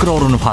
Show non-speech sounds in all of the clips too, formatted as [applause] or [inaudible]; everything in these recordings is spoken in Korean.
끓어오르는 화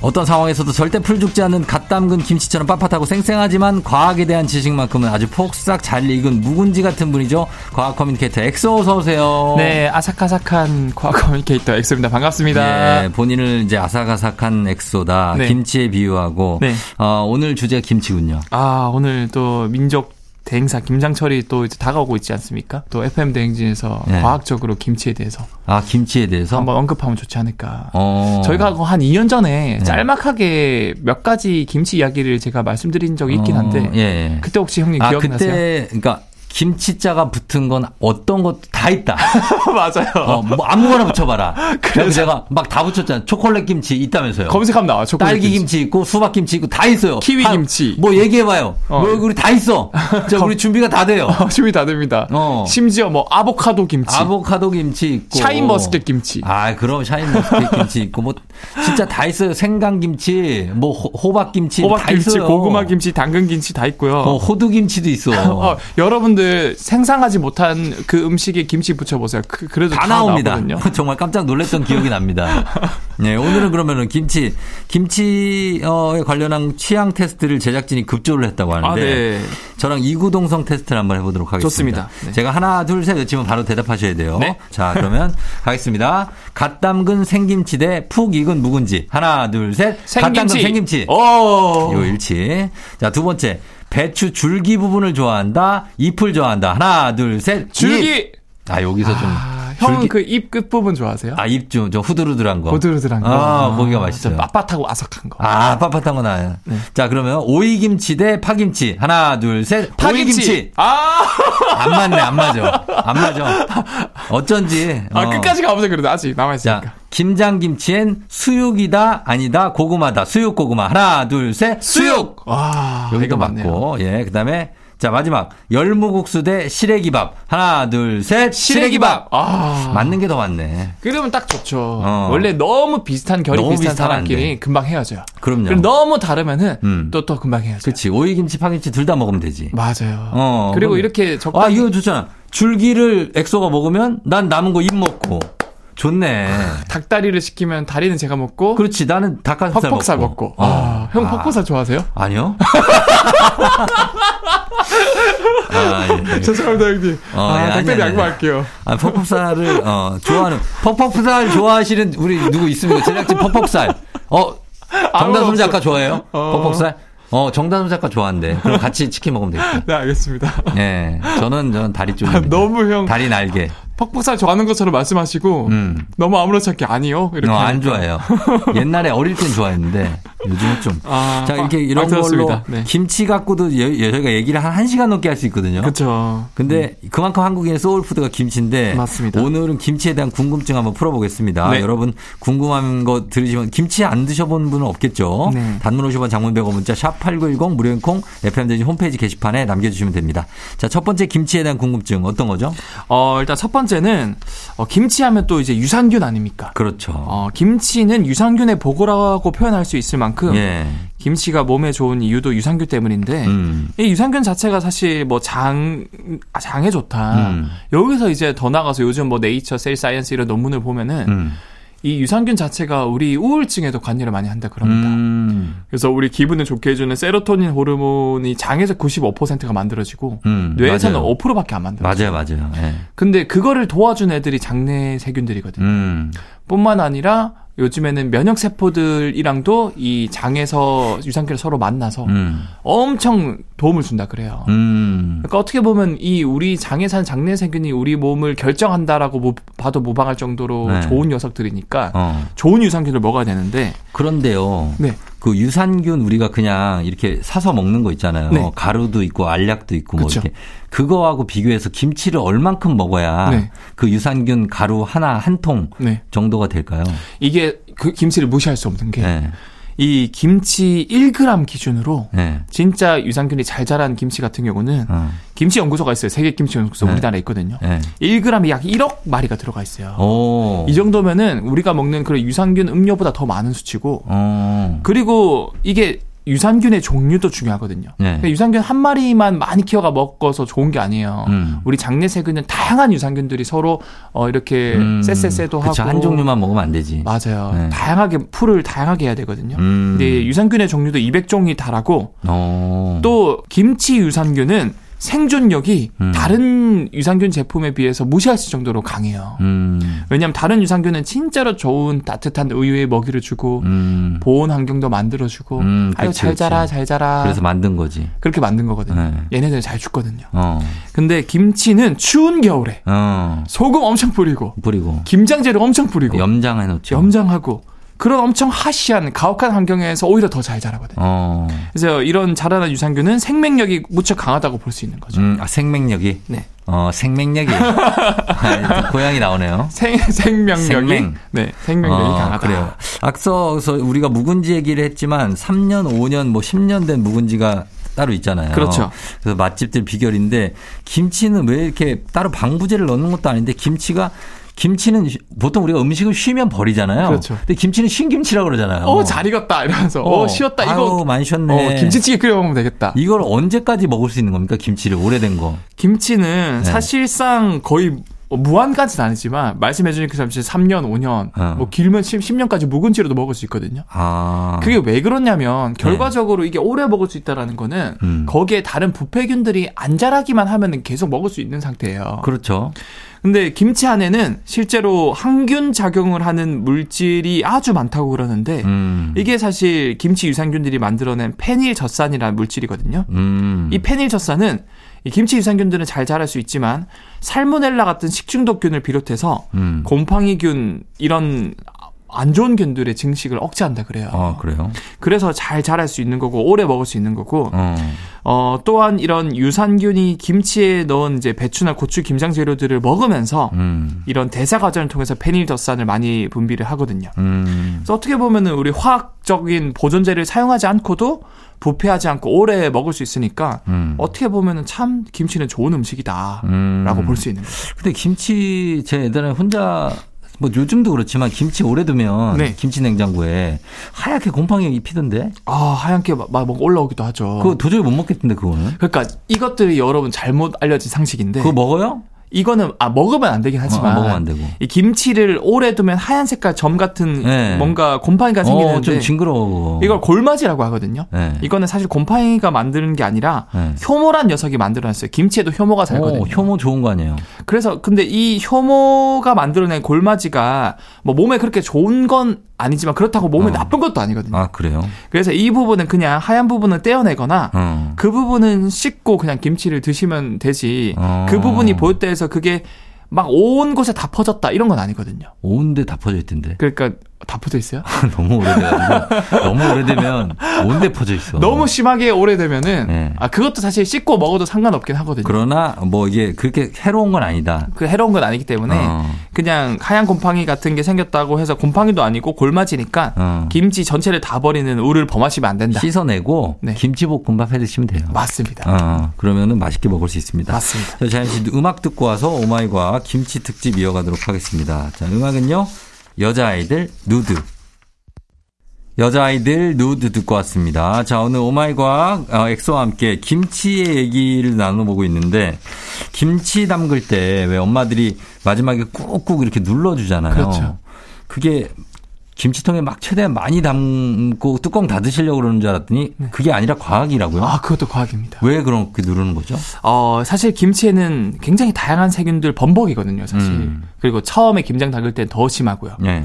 어떤 상황에서도 절대 풀 죽지 않는 갓 담근 김치처럼 빳빳하고 생생하지만 과학에 대한 지식만큼은 아주 폭삭 잘 익은 묵은지 같은 분이죠. 과학 커뮤니케이터 엑소 어서 오세요. 네, 아삭아삭한 과학 커뮤니케이터 엑소입니다. 반갑습니다. 네, 본인을 이제 아삭아삭한 엑소다. 네. 김치에 비유하고 네. 어, 오늘 주제가 김치군요. 아, 오늘 또 민족 대행사 김장철이 또 이제 다가오고 있지 않습니까? 또 FM 대행진에서 네. 과학적으로 김치에 대해서 아 김치에 대해서 한번 언급하면 좋지 않을까. 어. 저희가 한 2년 전에 네. 짤막하게 몇 가지 김치 이야기를 제가 말씀드린 적이 있긴 어, 한데 예, 예. 그때 혹시 형님 아 기억나세요? 그때 그러니까 김치자가 붙은 건 어떤 것도 다 있다. [laughs] 맞아요. 어, 뭐 아무거나 [laughs] 붙여봐라. 그래서 제가 막 다 붙였잖아요. 초콜릿 김치 있다면서요. 검색하면 나와. 초콜릿 딸기 [laughs] 김치. 있고 수박 김치 있고 다 있어요. 키위 다- 김치. 뭐 얘기해봐요. 어. 뭐 우리 다 있어. 저 우리 준비가 다 돼요. 어, 준비 다 됩니다. 어. 심지어 뭐 아보카도 김치, 아보카도 김치 있고 샤인머스켓 김치. 아, 그럼 샤인머스켓 김치 있고 뭐 진짜 다 있어요. 생강 김치, 뭐 호- 호박 김치 호박 다 김치, 있어요. 고구마 김치, 당근 김치 다 있고요. 어, 호두 김치도 있어. [laughs] 어, 여러분들 생상하지 못한 그 음식에 김치 붙여보세요. 그, 그래도 다 다, 나옵니다. 나오거든요. [laughs] 정말 깜짝 놀랐던 기억이 납니다. 네, 오늘은 그러면은 김치 김치에 관련한 취향 테스트를 제작진이 급조를 했다고 하는데 아, 네. 저랑 이구동성 테스트를 한번 해보도록 하겠습니다. 좋습니다. 네. 제가 하나 둘 셋 외치면 바로 대답하셔야 돼요. 네. 자, [laughs] 그러면 가겠습니다. 갓 담근 생김치 대 푹 익은 묵은지. 하나 둘 셋. 갓 담근 생김치. 어. 요 일치. 자, 두 번째. 배추 줄기 부분을 좋아한다. 잎을 좋아한다. 하나, 둘, 셋. 잎. 줄기. 아, 여기서 좀. 아, 형은 줄기- 그 입 끝부분 좋아하세요? 아, 입좀 저 후두루두한 거. 고드르드한 거. 아, 거기가 좀 맛있어요. 빳빳하고 아삭한 거. 아, 빳빳한 거 나요. 네. 자, 그러면 오이김치 대 파김치. 하나, 둘, 셋. 오이김치. 아, 안 맞네, 안 맞아. 안 맞아. 어쩐지. 아, 어. 끝까지 그러니까. 가보자 그래도 아직 남아있으니까. 자, 김장김치엔 수육이다, 아니다, 고구마다. 수육고구마. 하나, 둘, 셋. 수육! 와, 여기도 아, 이거 맞네요. 맞고. 예, 그 다음에. 자, 마지막. 열무국수 대 시래기밥. 하나, 둘, 셋. 시래기밥. 아. 맞는 게 더 맞네. 그러면 딱 좋죠. 어. 원래 너무 비슷한 결이 너무 비슷한 비슷하면 안 돼. 사람끼리 금방 헤어져요. 그럼요. 그럼 너무 다르면은 음. 또 또 금방 헤어져요. 그치. 오이김치, 파김치 둘 다 먹으면 되지. 맞아요. 어, 그리고 그럼- 이렇게 아, 적당히 이거 좋잖아. 줄기를 엑소가 먹으면 난 남은 거 입 먹고. 좋네. 닭다리를 시키면 다리는 제가 먹고 그렇지. 나는 닭가슴살 퍽퍽살 먹고. 먹고. 어. 아, 형 퍽퍽살 좋아하세요? 아, 아니요. [laughs] 아, 예, 예. 죄송합니다 형님. 어, 예, 아, 아니, 닭다리 아니, 아니. 양보할게요. 아, 퍽퍽살을, 어, 좋아하는, 퍽퍽살 좋아하시는 우리 누구 있습니까? 제작진 퍽퍽살. 어, 정다솜 아무도 작가 좋아해요? 어. 퍽퍽살? 어, 정다솜 작가 좋아한대. 그럼 같이 치킨 먹으면 되겠다. 네 알겠습니다. 예. 저는, 저는 다리 쪽입니다. 아, 너무 형 음. 다리 날개. 퍽퍽살 좋아하는 것처럼 말씀하시고 음. 너무 아무렇지 않게 아니요 이렇게. 어, 안 좋아해요. [laughs] 옛날에 어릴 땐 좋아했는데 요즘은 좀. 아, 자 이렇게 아, 이런 아, 걸로 들었습니다. 네. 김치 갖고도 여- 여- 저희가 얘기를 한 1시간 넘게 할 수 있거든요. 그렇죠. 근데 그만큼 한국인의 소울푸드가 김치인데 맞습니다. 오늘은 김치에 대한 궁금증 한번 풀어보겠습니다. 네. 여러분 궁금한 거 들으시면 김치 안 드셔본 분은 없겠죠. 네. 단문 50원 장문 100원 문자 샵8910 무료인 콩 FM대진 홈페이지 게시판에 남겨주시면 됩니다. 자 첫 번째 김치에 대한 궁금증 어떤 거죠? 어 일단 첫 번째는 어, 김치하면 또 이제 유산균 아닙니까? 그렇죠. 어 김치는 유산균의 보고라고 표현할 수 있을 만큼 예. 김치가 몸에 좋은 이유도 유산균 때문인데 음. 이 유산균 자체가 사실 뭐 장 장에 좋다. 음. 여기서 이제 더 나가서 요즘 뭐 네이처, 셀 사이언스 이런 논문을 보면은 음. 이 유산균 자체가 우리 우울증에도 관여를 많이 한다 그럽니다. 음. 그래서 우리 기분을 좋게 해주는 세로토닌 호르몬이 장에서 95%가 만들어지고 음, 뇌에서는 맞아요. 5%밖에 안 맞아요, 만들어요. 맞아요. 예. 근데 그거를 도와준 애들이 장내 세균들이거든요. 음. 뿐만 아니라 요즘에는 면역 세포들이랑도 이 장에서 유산균을 서로 만나서 음. 엄청 도움을 준다 그래요. 음. 그러니까 어떻게 보면 이 우리 장에 산 장내 세균이 우리 몸을 결정한다라고 뭐 봐도 무방할 정도로 네. 좋은 녀석들이니까 어. 좋은 유산균을 먹어야 되는데 그런데요. 네. 그 유산균 우리가 그냥 이렇게 사서 먹는 거 있잖아요. 네. 가루도 있고 알약도 있고 뭐 그쵸. 이렇게 그거하고 비교해서 김치를 얼만큼 먹어야 네. 그 유산균 가루 하나 한 통 네. 정도가 될까요? 이게 그 김치를 무시할 수 없는 게 네. 이 김치 1g 기준으로 네. 진짜 유산균이 잘 자란 김치 같은 경우는 어, 김치 연구소가 있어요. 세계 김치 연구소 네. 우리나라에 있거든요. 네. 1g에 약 1억 마리가 들어가 있어요. 오. 이 정도면은 우리가 먹는 그런 유산균 음료보다 더 많은 수치고 어. 그리고 이게 유산균의 종류도 중요하거든요. 네. 그러니까 유산균 한 마리만 많이 키워가 먹어서 좋은 게 아니에요. 음. 우리 장내 세균은 다양한 유산균들이 서로 어 이렇게 음. 쎄쎄쎄도 그쵸, 하고 한 종류만 먹으면 안 되지. 맞아요. 네. 다양하게 풀을 다양하게 해야 되거든요. 음. 근데 유산균의 종류도 200종이 달하고 어. 또 김치 유산균은 생존력이 음. 다른 유산균 제품에 비해서 무시할 수 정도로 강해요. 음. 왜냐하면 다른 유산균은 진짜로 좋은 따뜻한 우유에 먹이를 주고 음. 보온 환경도 만들어주고 음, 아유 그치, 잘 그치. 자라 잘 자라 그래서 만든 거지. 그렇게 만든 거거든요. 네. 얘네들 잘 죽거든요. 어. 근데 김치는 추운 겨울에 어. 소금 엄청 뿌리고 뿌리고 김장재료 엄청 뿌리고 염장해 놓죠. 염장하고 그런 엄청 하시한 가혹한 환경에서 오히려 더 잘 자라거든요. 어. 그래서 이런 자라는 유산균은 생명력이 무척 강하다고 볼 수 있는 거죠. 음, 아, 생명력이. 그렇죠. 네. 어, [laughs] 생명력이. 아, 고양이 나오네요. 생, 생명력이 생명. 네, 생명력이 어, 강하다. 그래요. 앞서서 우리가 묵은지 얘기를 했지만 3년, 5년, 뭐 10년 된 묵은지가 따로 있잖아요. 그렇죠. 그래서 맛집들 비결인데 김치는 왜 이렇게 따로 방부제를 넣는 것도 아닌데 김치가 김치는 쉬- 보통 우리가 음식을 쉬면 버리잖아요. 그렇죠. 근데 김치는 쉰 김치라고 그러잖아요. 어, 잘 익었다 이러면서 어, 쉬었다 아유, 이거 많이 쉬었네. 어, 김치찌개 끓여 먹으면 되겠다. 이걸 언제까지 먹을 수 있는 겁니까? 김치를 오래된 거. 김치는 네. 사실상 거의 어, 무한까지는 아니지만 말씀해주신 그 잠시 3년, 5년, 어. 뭐 길면 10, 10년까지 묵은지로도 먹을 수 있거든요. 아. 그게 왜 그러냐면 결과적으로 이게 오래 먹을 수 있다라는 거는 네. 음. 거기에 다른 부패균들이 안 자라기만 하면은 계속 먹을 수 있는 상태예요. 그렇죠. 근데 김치 안에는 실제로 항균 작용을 하는 물질이 아주 많다고 그러는데 음. 이게 사실 김치 유산균들이 만들어낸 페닐젖산이라는 물질이거든요. 음. 이 페닐젖산은 이 김치 유산균들은 잘 자랄 수 있지만 살모넬라 같은 식중독균을 비롯해서 음. 곰팡이균 이런 안 좋은 균들의 증식을 억제한다 그래요. 아, 그래요? 그래서 잘 자랄 수 있는 거고 오래 먹을 수 있는 거고 어. 어 또한 이런 유산균이 김치에 넣은 이제 배추나 고추 김장 재료들을 먹으면서 음. 이런 대사 과정을 통해서 페닐젖산을 많이 분비를 하거든요. 음. 그래서 어떻게 보면은 우리 화학적인 보존제를 사용하지 않고도 부패하지 않고 오래 먹을 수 있으니까 음. 어떻게 보면은 참 김치는 좋은 음식이다라고 음. 볼 수 있는 거죠. 근데 김치 제 예전에 혼자 뭐 요즘도 그렇지만 김치 오래 두면 네. 김치 냉장고에 하얗게 곰팡이 입히던데 아 하얀게 막 올라오기도 하죠. 그거 도저히 못 먹겠던데 그거는 그러니까 이것들이 여러분 잘못 알려진 상식인데 그거 먹어요? 이거는 아 먹으면 안 되긴 어, 네. 하지만 먹으면 안 되고 이 김치를 오래 두면 하얀 색깔 점 같은 네. 뭔가 곰팡이가 어, 생기는데 좀 징그러워 이걸 골마지라고 하거든요. 네. 이거는 사실 곰팡이가 만드는 게 아니라 네. 효모란 녀석이 만들어냈어요. 김치에도 효모가 살거든요. 어, 효모 좋은 거 아니에요? 그래서 근데 이 효모가 만들어낸 골마지가 뭐 몸에 그렇게 좋은 건 아니지만 그렇다고 몸에 어. 나쁜 것도 아니거든요. 아 그래요? 그래서 이 부분은 그냥 하얀 부분은 떼어내거나 어. 그 부분은 씻고 그냥 김치를 드시면 되지. 어. 그 부분이 보였대에서 그게 막 온 곳에 다 퍼졌다 이런 건 아니거든요. 온데 다 퍼져 있던데 [laughs] 그러니까 다 퍼져 있어요. 너무 오래돼가지고 너무 오래되면 온데 퍼져 있어 너무 심하게 오래되면은 네. 아 그것도 사실 씻고 먹어도 상관없긴 하거든요. 그 그러나 뭐 이게 그렇게 해로운 건 아니다 해로운 건 아니기 때문에 어. 그냥 하얀 곰팡이 같은 게 생겼다고 해서 곰팡이도 아니고 골마지니까 어. 김치 전체를 다 버리는 우를 범하시면 안 된다. 씻어내고 네. 김치볶음밥 해 드시면 돼요. 맞습니다. 어, 그러면은 맛있게 먹을 수 있습니다. 맞습니다. 자, 잠시 네, 음악 듣고 와서 오마이과 김치 특집 이어가도록 하겠습니다. 자, 음악은요. 여자아이들 누드. 여자아이들 누드 듣고 왔습니다. 자, 오늘 오마이과 어, 엑소와 함께 김치의 얘기를 나눠보고 있는데 김치 담글 때 왜 엄마들이 마지막에 꾹꾹 이렇게 눌러주잖아요. 그렇죠. 그게 김치통에 막 최대한 많이 담고 뚜껑 닫으시려고 그러는 줄 알았더니 그게 아니라 과학이라고요. 네. 아 그것도 과학입니다. 왜 그렇게 누르는 거죠? 어 사실 김치에는 굉장히 다양한 세균들 범벅이거든요, 사실. 음. 그리고 처음에 김장 담글 땐 더 심하고요. 네.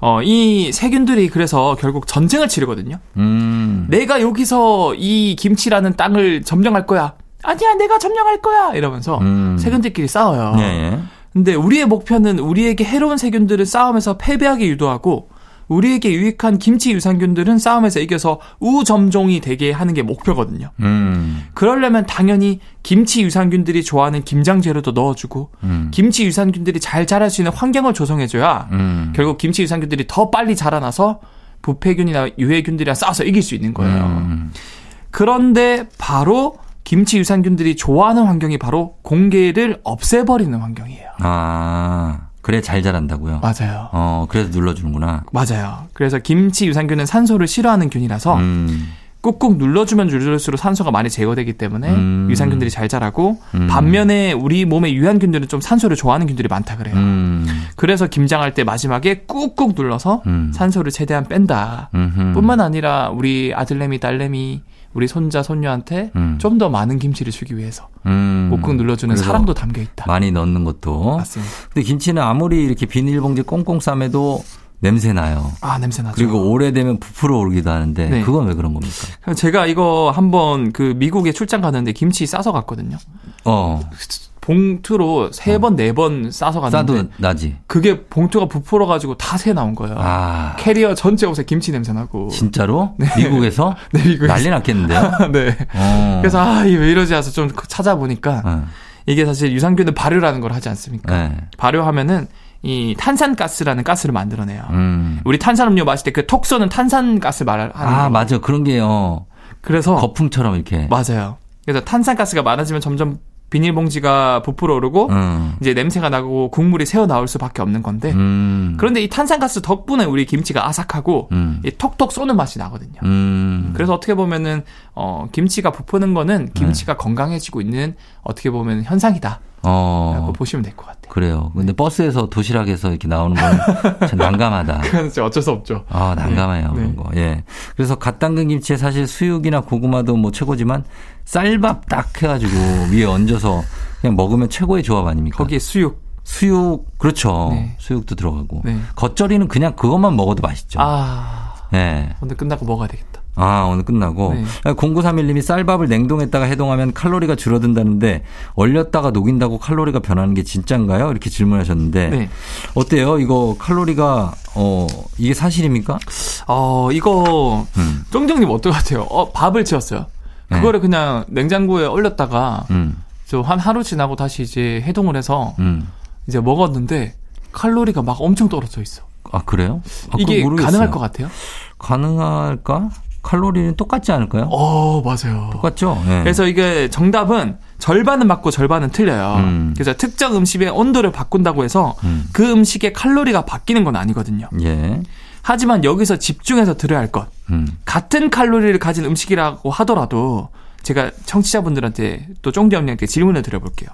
어 이 세균들이 그래서 결국 전쟁을 치르거든요. 음. 내가 여기서 이 김치라는 땅을 점령할 거야. 아니야, 내가 점령할 거야. 이러면서 음. 어, 세균들끼리 싸워요. 예, 예. 근데 우리의 목표는 우리에게 해로운 세균들을 싸움에서 패배하게 유도하고 우리에게 유익한 김치 유산균들은 싸움에서 이겨서 우점종이 되게 하는 게 목표거든요. 음. 그러려면 당연히 김치 유산균들이 좋아하는 김장 재료도 넣어주고 음. 김치 유산균들이 잘 자랄 수 있는 환경을 조성해줘야 음. 결국 김치 유산균들이 더 빨리 자라나서 부패균이나 유해균들이랑 싸워서 이길 수 있는 거예요. 음. 그런데 바로 김치 유산균들이 좋아하는 환경이 바로 공개를 없애버리는 환경이에요. 아, 그래 잘 자란다고요? 맞아요. 어, 그래서 눌러주는구나. 맞아요. 그래서 김치 유산균은 산소를 싫어하는 균이라서 음, 꾹꾹 눌러주면 눌러줄수록 산소가 많이 제거되기 때문에 음. 유산균들이 잘 자라고 음. 반면에 우리 몸의 유한균들은 좀 산소를 좋아하는 균들이 많다 그래요. 음, 그래서 김장할 때 마지막에 꾹꾹 눌러서 음. 산소를 최대한 뺀다. 음흠. 뿐만 아니라 우리 아들내미 딸내미 우리 손자 손녀한테 음. 좀 더 많은 김치를 주기 위해서 음. 꾹꾹 눌러주는 그래서 어? 사랑도 담겨 있다. 많이 넣는 것도. 맞습니다. 근데 김치는 아무리 이렇게 비닐봉지 꽁꽁 싸매도 냄새 나요. 아 냄새 나죠. 그리고 오래되면 부풀어 오르기도 하는데 네. 그건 왜 그런 겁니까? 제가 이거 한번 그 미국에 출장 갔는데 김치 싸서 갔거든요. 어, 봉투로 세 번 네 번 싸서 갔는데 싸도 나지. 그게 봉투가 부풀어 가지고 다 새 나온 거예요. 아, 캐리어 전체 옷에 김치 냄새 나고. 진짜로? 미국에서? [laughs] 네, 이거 [laughs] 난리 났겠는데요? 네. 어. 그래서 아, 이게 왜 이러지 해서 좀 찾아보니까 어, 이게 사실 유산균은 발효라는 걸 하지 않습니까? 네. 발효하면은 이 탄산가스라는 가스를 만들어내요. 음. 우리 탄산음료 마실 때 그 톡 쏘는 탄산가스 말하는 아, 거. 맞아. 그런 게, 어, 그래서 거품처럼 이렇게. 맞아요. 그래서 탄산가스가 많아지면 점점 비닐봉지가 부풀어 오르고 음. 이제 냄새가 나고 국물이 새어 나올 수밖에 없는 건데 음. 네. 그런데 이 탄산가스 덕분에 우리 김치가 아삭하고 음. 이 톡톡 쏘는 맛이 나거든요. 음. 네. 그래서 어떻게 보면은 어 김치가 부푸는 거는 김치가 건강해지고 있는 어떻게 보면 현상이다라고 어. 보시면 될 것 같아요. [laughs] 그래요. 근데 버스에서 도시락에서 이렇게 나오는 건 참 난감하다. 그건 진짜 어쩔 수 없죠. 아, 난감해요. 네. 그런 거. 예. 그래서 갓 담근 김치에 사실 수육이나 고구마도 뭐 최고지만 쌀밥 딱 해가지고 위에 얹어서 그냥 먹으면 최고의 조합 아닙니까? 거기에 수육. 수육, 그렇죠. 네. 수육도 들어가고. 네. 겉절이는 그냥 그것만 먹어도 맛있죠. 아 예. 오늘 끝나고 먹어야 되겠다. 아, 오늘 끝나고. 네. 0931님이 쌀밥을 냉동했다가 해동하면 칼로리가 줄어든다는데 얼렸다가 녹인다고 칼로리가 변하는 게 진짠가요? 이렇게 질문하셨는데. 네. 어때요? 이거 칼로리가, 어, 이게 사실입니까? 어 이거 음. 쫑정님 어떨 것 같아요? 어 밥을 지었어요. 네. 그거를 그냥 냉장고에 얼렸다가 음, 저 한 하루 지나고 다시 이제 해동을 해서 음. 이제 먹었는데 칼로리가 막 엄청 떨어져 있어. 아, 그래요? 아, 이게 그건 모르겠어요. 가능할 것 같아요? 가능할까? 칼로리는 똑같지 않을까요? 어 맞아요. 똑같죠? 예. 그래서 이게 정답은 절반은 맞고 절반은 틀려요. 음. 그래서 특정 음식의 온도를 바꾼다고 해서 음. 그 음식의 칼로리가 바뀌는 건 아니거든요. 예. 하지만 여기서 집중해서 들어야 할 것. 음. 같은 칼로리를 가진 음식이라고 하더라도 제가 청취자분들한테 또 쫑디 언니한테 질문을 드려볼게요.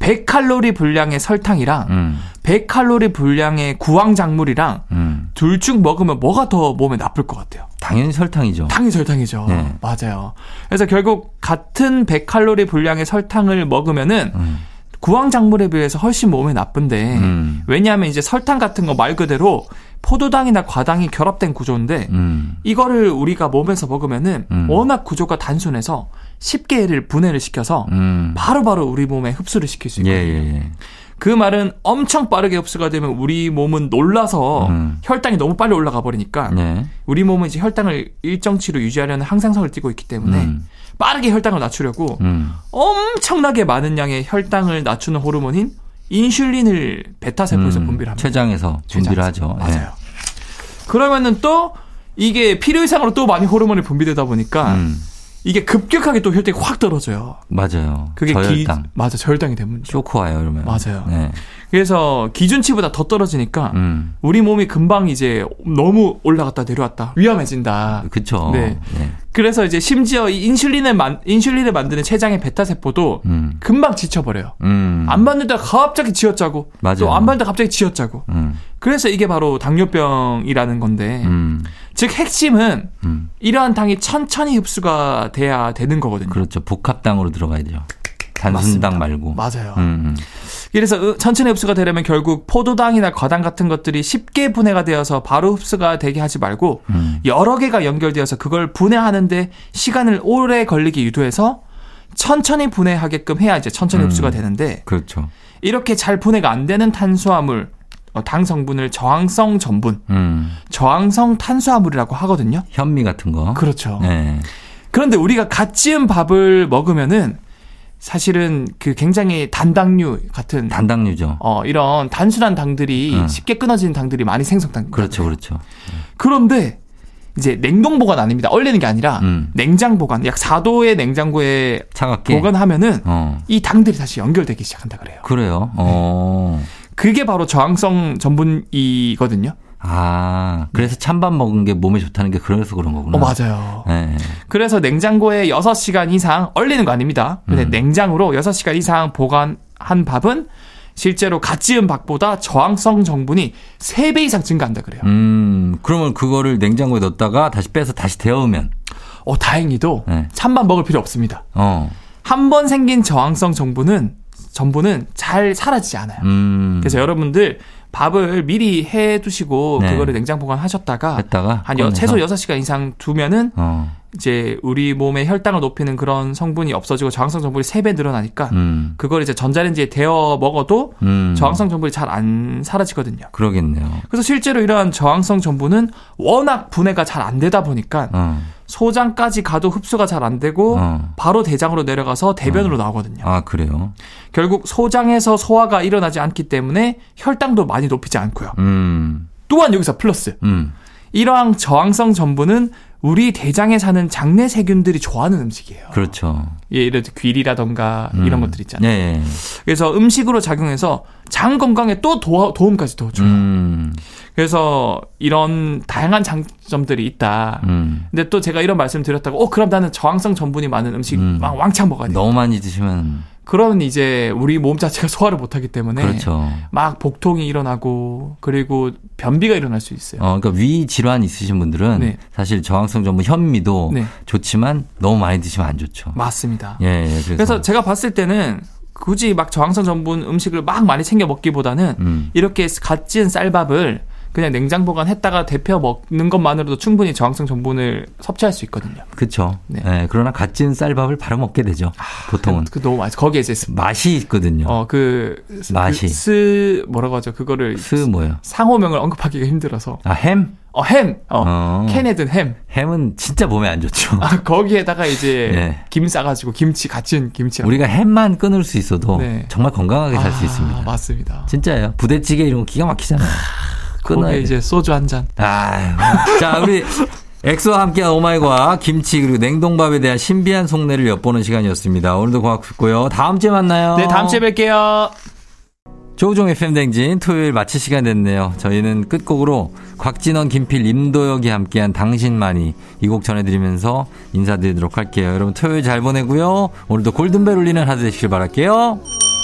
100칼로리 분량의 설탕이랑 음. 100칼로리 분량의 구황작물이랑 음. 둘 중 먹으면 뭐가 더 몸에 나쁠 것 같아요? 당연히 설탕이죠. 당이 설탕이죠. 네. 맞아요. 그래서 결국 같은 100칼로리 분량의 설탕을 먹으면은 음. 구황작물에 비해서 훨씬 몸에 나쁜데 음. 왜냐하면 이제 설탕 같은 거 말 그대로 포도당이나 과당이 결합된 구조인데 음. 이거를 우리가 몸에서 먹으면은 음. 워낙 구조가 단순해서 쉽게 얘를 분해를 시켜서 음. 바로바로 우리 몸에 흡수를 시킬 예, 수 있고 요 예, 예. 그 말은 엄청 빠르게 흡수가 되면 우리 몸은 놀라서 음. 혈당이 너무 빨리 올라가 버리니까 예. 우리 몸은 이제 혈당을 일정치로 유지하려는 항상성을 띠고 있기 때문에 음. 빠르게 혈당을 낮추려고 음. 엄청나게 많은 양의 혈당을 낮추는 호르몬인 인슐린을 베타 세포에서 음, 분비를 합니다. 췌장에서 분비를 하죠. 예. 맞아요. 그러면은 또 이게 필요 이상으로 또 많이 호르몬이 분비되다 보니까 음, 이게 급격하게 또 혈당이 확 떨어져요. 맞아요. 그게 저혈당, 기 맞아 저혈당이 되문제 쇼크 와요, 이러면. 맞아요. 아. 네. 그래서 기준치보다 더 떨어지니까 음, 우리 몸이 금방 이제 너무 올라갔다 내려왔다 위험해진다. 그쵸. 네. 네. 그래서 이제 심지어 이 인슐린을 만 인슐린을 만드는 췌장의 베타 세포도 음, 금방 지쳐버려요. 음, 안 받는다 갑자기 지어짜고 맞아요. 또 안 받는다 갑자기 지어짜고 음, 그래서 이게 바로 당뇨병이라는 건데 음, 즉 핵심은 음. 이러한 당이 천천히 흡수가 돼야 되는 거거든요. 그렇죠. 복합당으로 들어가야 돼요. 단순당 말고. 맞아요. 음, 음. 그래서 으- 천천히 흡수가 되려면 결국 포도당이나 과당 같은 것들이 쉽게 분해가 되어서 바로 흡수가 되게 하지 말고 음. 여러 개가 연결되어서 그걸 분해하는데 시간을 오래 걸리게 유도해서 천천히 분해하게끔 해야 이제 천천히 음. 흡수가 되는데 그렇죠. 이렇게 잘 분해가 안 되는 탄수화물 어, 당 성분을 저항성 전분, 음, 저항성 탄수화물이라고 하거든요. 현미 같은 거. 그렇죠. 네. 그런데 우리가 갓 지은 밥을 먹으면은 사실은 그 굉장히 단당류 같은 단당류죠. 어, 이런 단순한 당들이 음. 쉽게 끊어지는 당들이 많이 생성당. 그렇죠, 그렇죠. 그런데 이제 냉동 보관 아닙니다. 얼리는 게 아니라 음. 냉장 보관, 약 4도의 냉장고에 차갑게. 보관하면은 어. 이 당들이 다시 연결되기 시작한다 그래요. 그래요. 어. 그게 바로 저항성 전분이거든요. 어, 아, 그래서 찬밥 먹은 게 몸에 좋다는 게 그래서 그런 거구나. 어, 맞아요. 예. 그래서 냉장고에 6시간 이상 얼리는 거 아닙니다. 근데 음. 냉장으로 6시간 이상 보관한 밥은 실제로 갓 지은 밥보다 저항성 정분이 3배 이상 증가한다 그래요. 음, 그러면 그거를 냉장고에 넣었다가 다시 빼서 다시 데우면. 어, 다행히도 네. 찬밥 먹을 필요 없습니다. 어. 한 번 생긴 저항성 정분은 전분은 잘 사라지지 않아요. 음. 그래서 여러분들 밥을 미리 해 두시고 네. 아, 그거를 냉장 보관하셨다가 했다가 한 여, 꺼내서? 최소 6시간 이상 두면은 어. 이제 우리 몸의 혈당을 높이는 그런 성분이 없어지고 저항성 정분이 3배 늘어나니까 음. 그걸 이제 전자레인지에 데워 먹어도 음. 저항성 정분이 잘 안 사라지거든요. 그러겠네요. 그래서 실제로 이러한 저항성 정분은 워낙 분해가 잘 안 되다 보니까 어. 소장까지 가도 흡수가 잘 안 되고 어. 바로 대장으로 내려가서 대변으로 나오거든요. 아, 그래요. 결국 소장에서 소화가 일어나지 않기 때문에 혈당도 많이 높이지 않고요. 음. 또한 여기서 플러스 음. 이러한 저항성 전분은 우리 대장에 사는 장내 세균들이 좋아하는 음식이에요. 그렇죠. 예, 예를 들어 귀리라던가 음. 이런 것들 있잖아요. 예. 예. 그래서 음식으로 작용해서 장 건강에 또 도, 움까지도 줘요. 음. 그래서 이런 다양한 장점들이 있다. 음. 근데 또 제가 이런 말씀 드렸다고, 어, 그럼 나는 저항성 전분이 많은 음식 음. 막 왕창 먹어야 돼. 너무 많이 드시면 그러면 이제 우리 몸 자체가 [laughs] 소화를 못하기 때문에 그렇죠. 막 복통이 일어나고 그리고 변비가 일어날 수 있어요. 어, 그러니까 위 질환 있으신 분들은 네. 사실 저항성 전분 현미도 네. 좋지만 너무 많이 드시면 안 좋죠. 맞습니다. 예, 예. 그래서, 그래서 제가 봤을 때는 굳이 막 저항성 전분 음식을 막 많이 챙겨 먹기보다는 음. 이렇게 갓 지은 쌀밥을 그냥 냉장 보관했다가 데펴 먹는 것만으로도 충분히 저항성 전분을 섭취할 수 있거든요. 그렇죠. 네. 예, 그러나 갓 지은 쌀밥을 바로 먹게 되죠. 보통은 그 너무 맛있어. 거기에 이제 스- 맛이 있거든요. 어, 그, 스- 음. 맛이. 그 스, 뭐라고 하죠? 그거를 스 뭐예요? 상호명을 언급하기가 힘들어서. 아, 햄? 어, 햄! 어, 어. 캔에 든 햄. 햄은 진짜 몸에 안 좋죠. 아, 거기에다가 이제 네. 김 싸가지고 김치, 갓 지은 김치랑. 우리가 햄만 끊을 수 있어도 네. 정말 건강하게 살 수 아, 있습니다. 맞습니다. 진짜예요. 부대찌개 이런 거 기가 막히잖아요. 끊어야 거기에 돼. 이제 소주 한 잔. 아유. 자, 우리 엑소와 함께한 오마이과 김치 그리고 냉동밥에 대한 신비한 속내를 엿보는 시간이었습니다. 오늘도 고맙고요. 다음 주에 만나요. 네, 다음 주에 뵐게요. 조우종 FM 댕진 토요일 마칠 시간 됐네요. 저희는 끝곡으로 곽진원, 김필, 임도혁이 함께한 당신만이 이 곡 전해드리면서 인사드리도록 할게요. 여러분 토요일 잘 보내고요. 오늘도 골든벨 울리는 하루 되시길 바랄게요.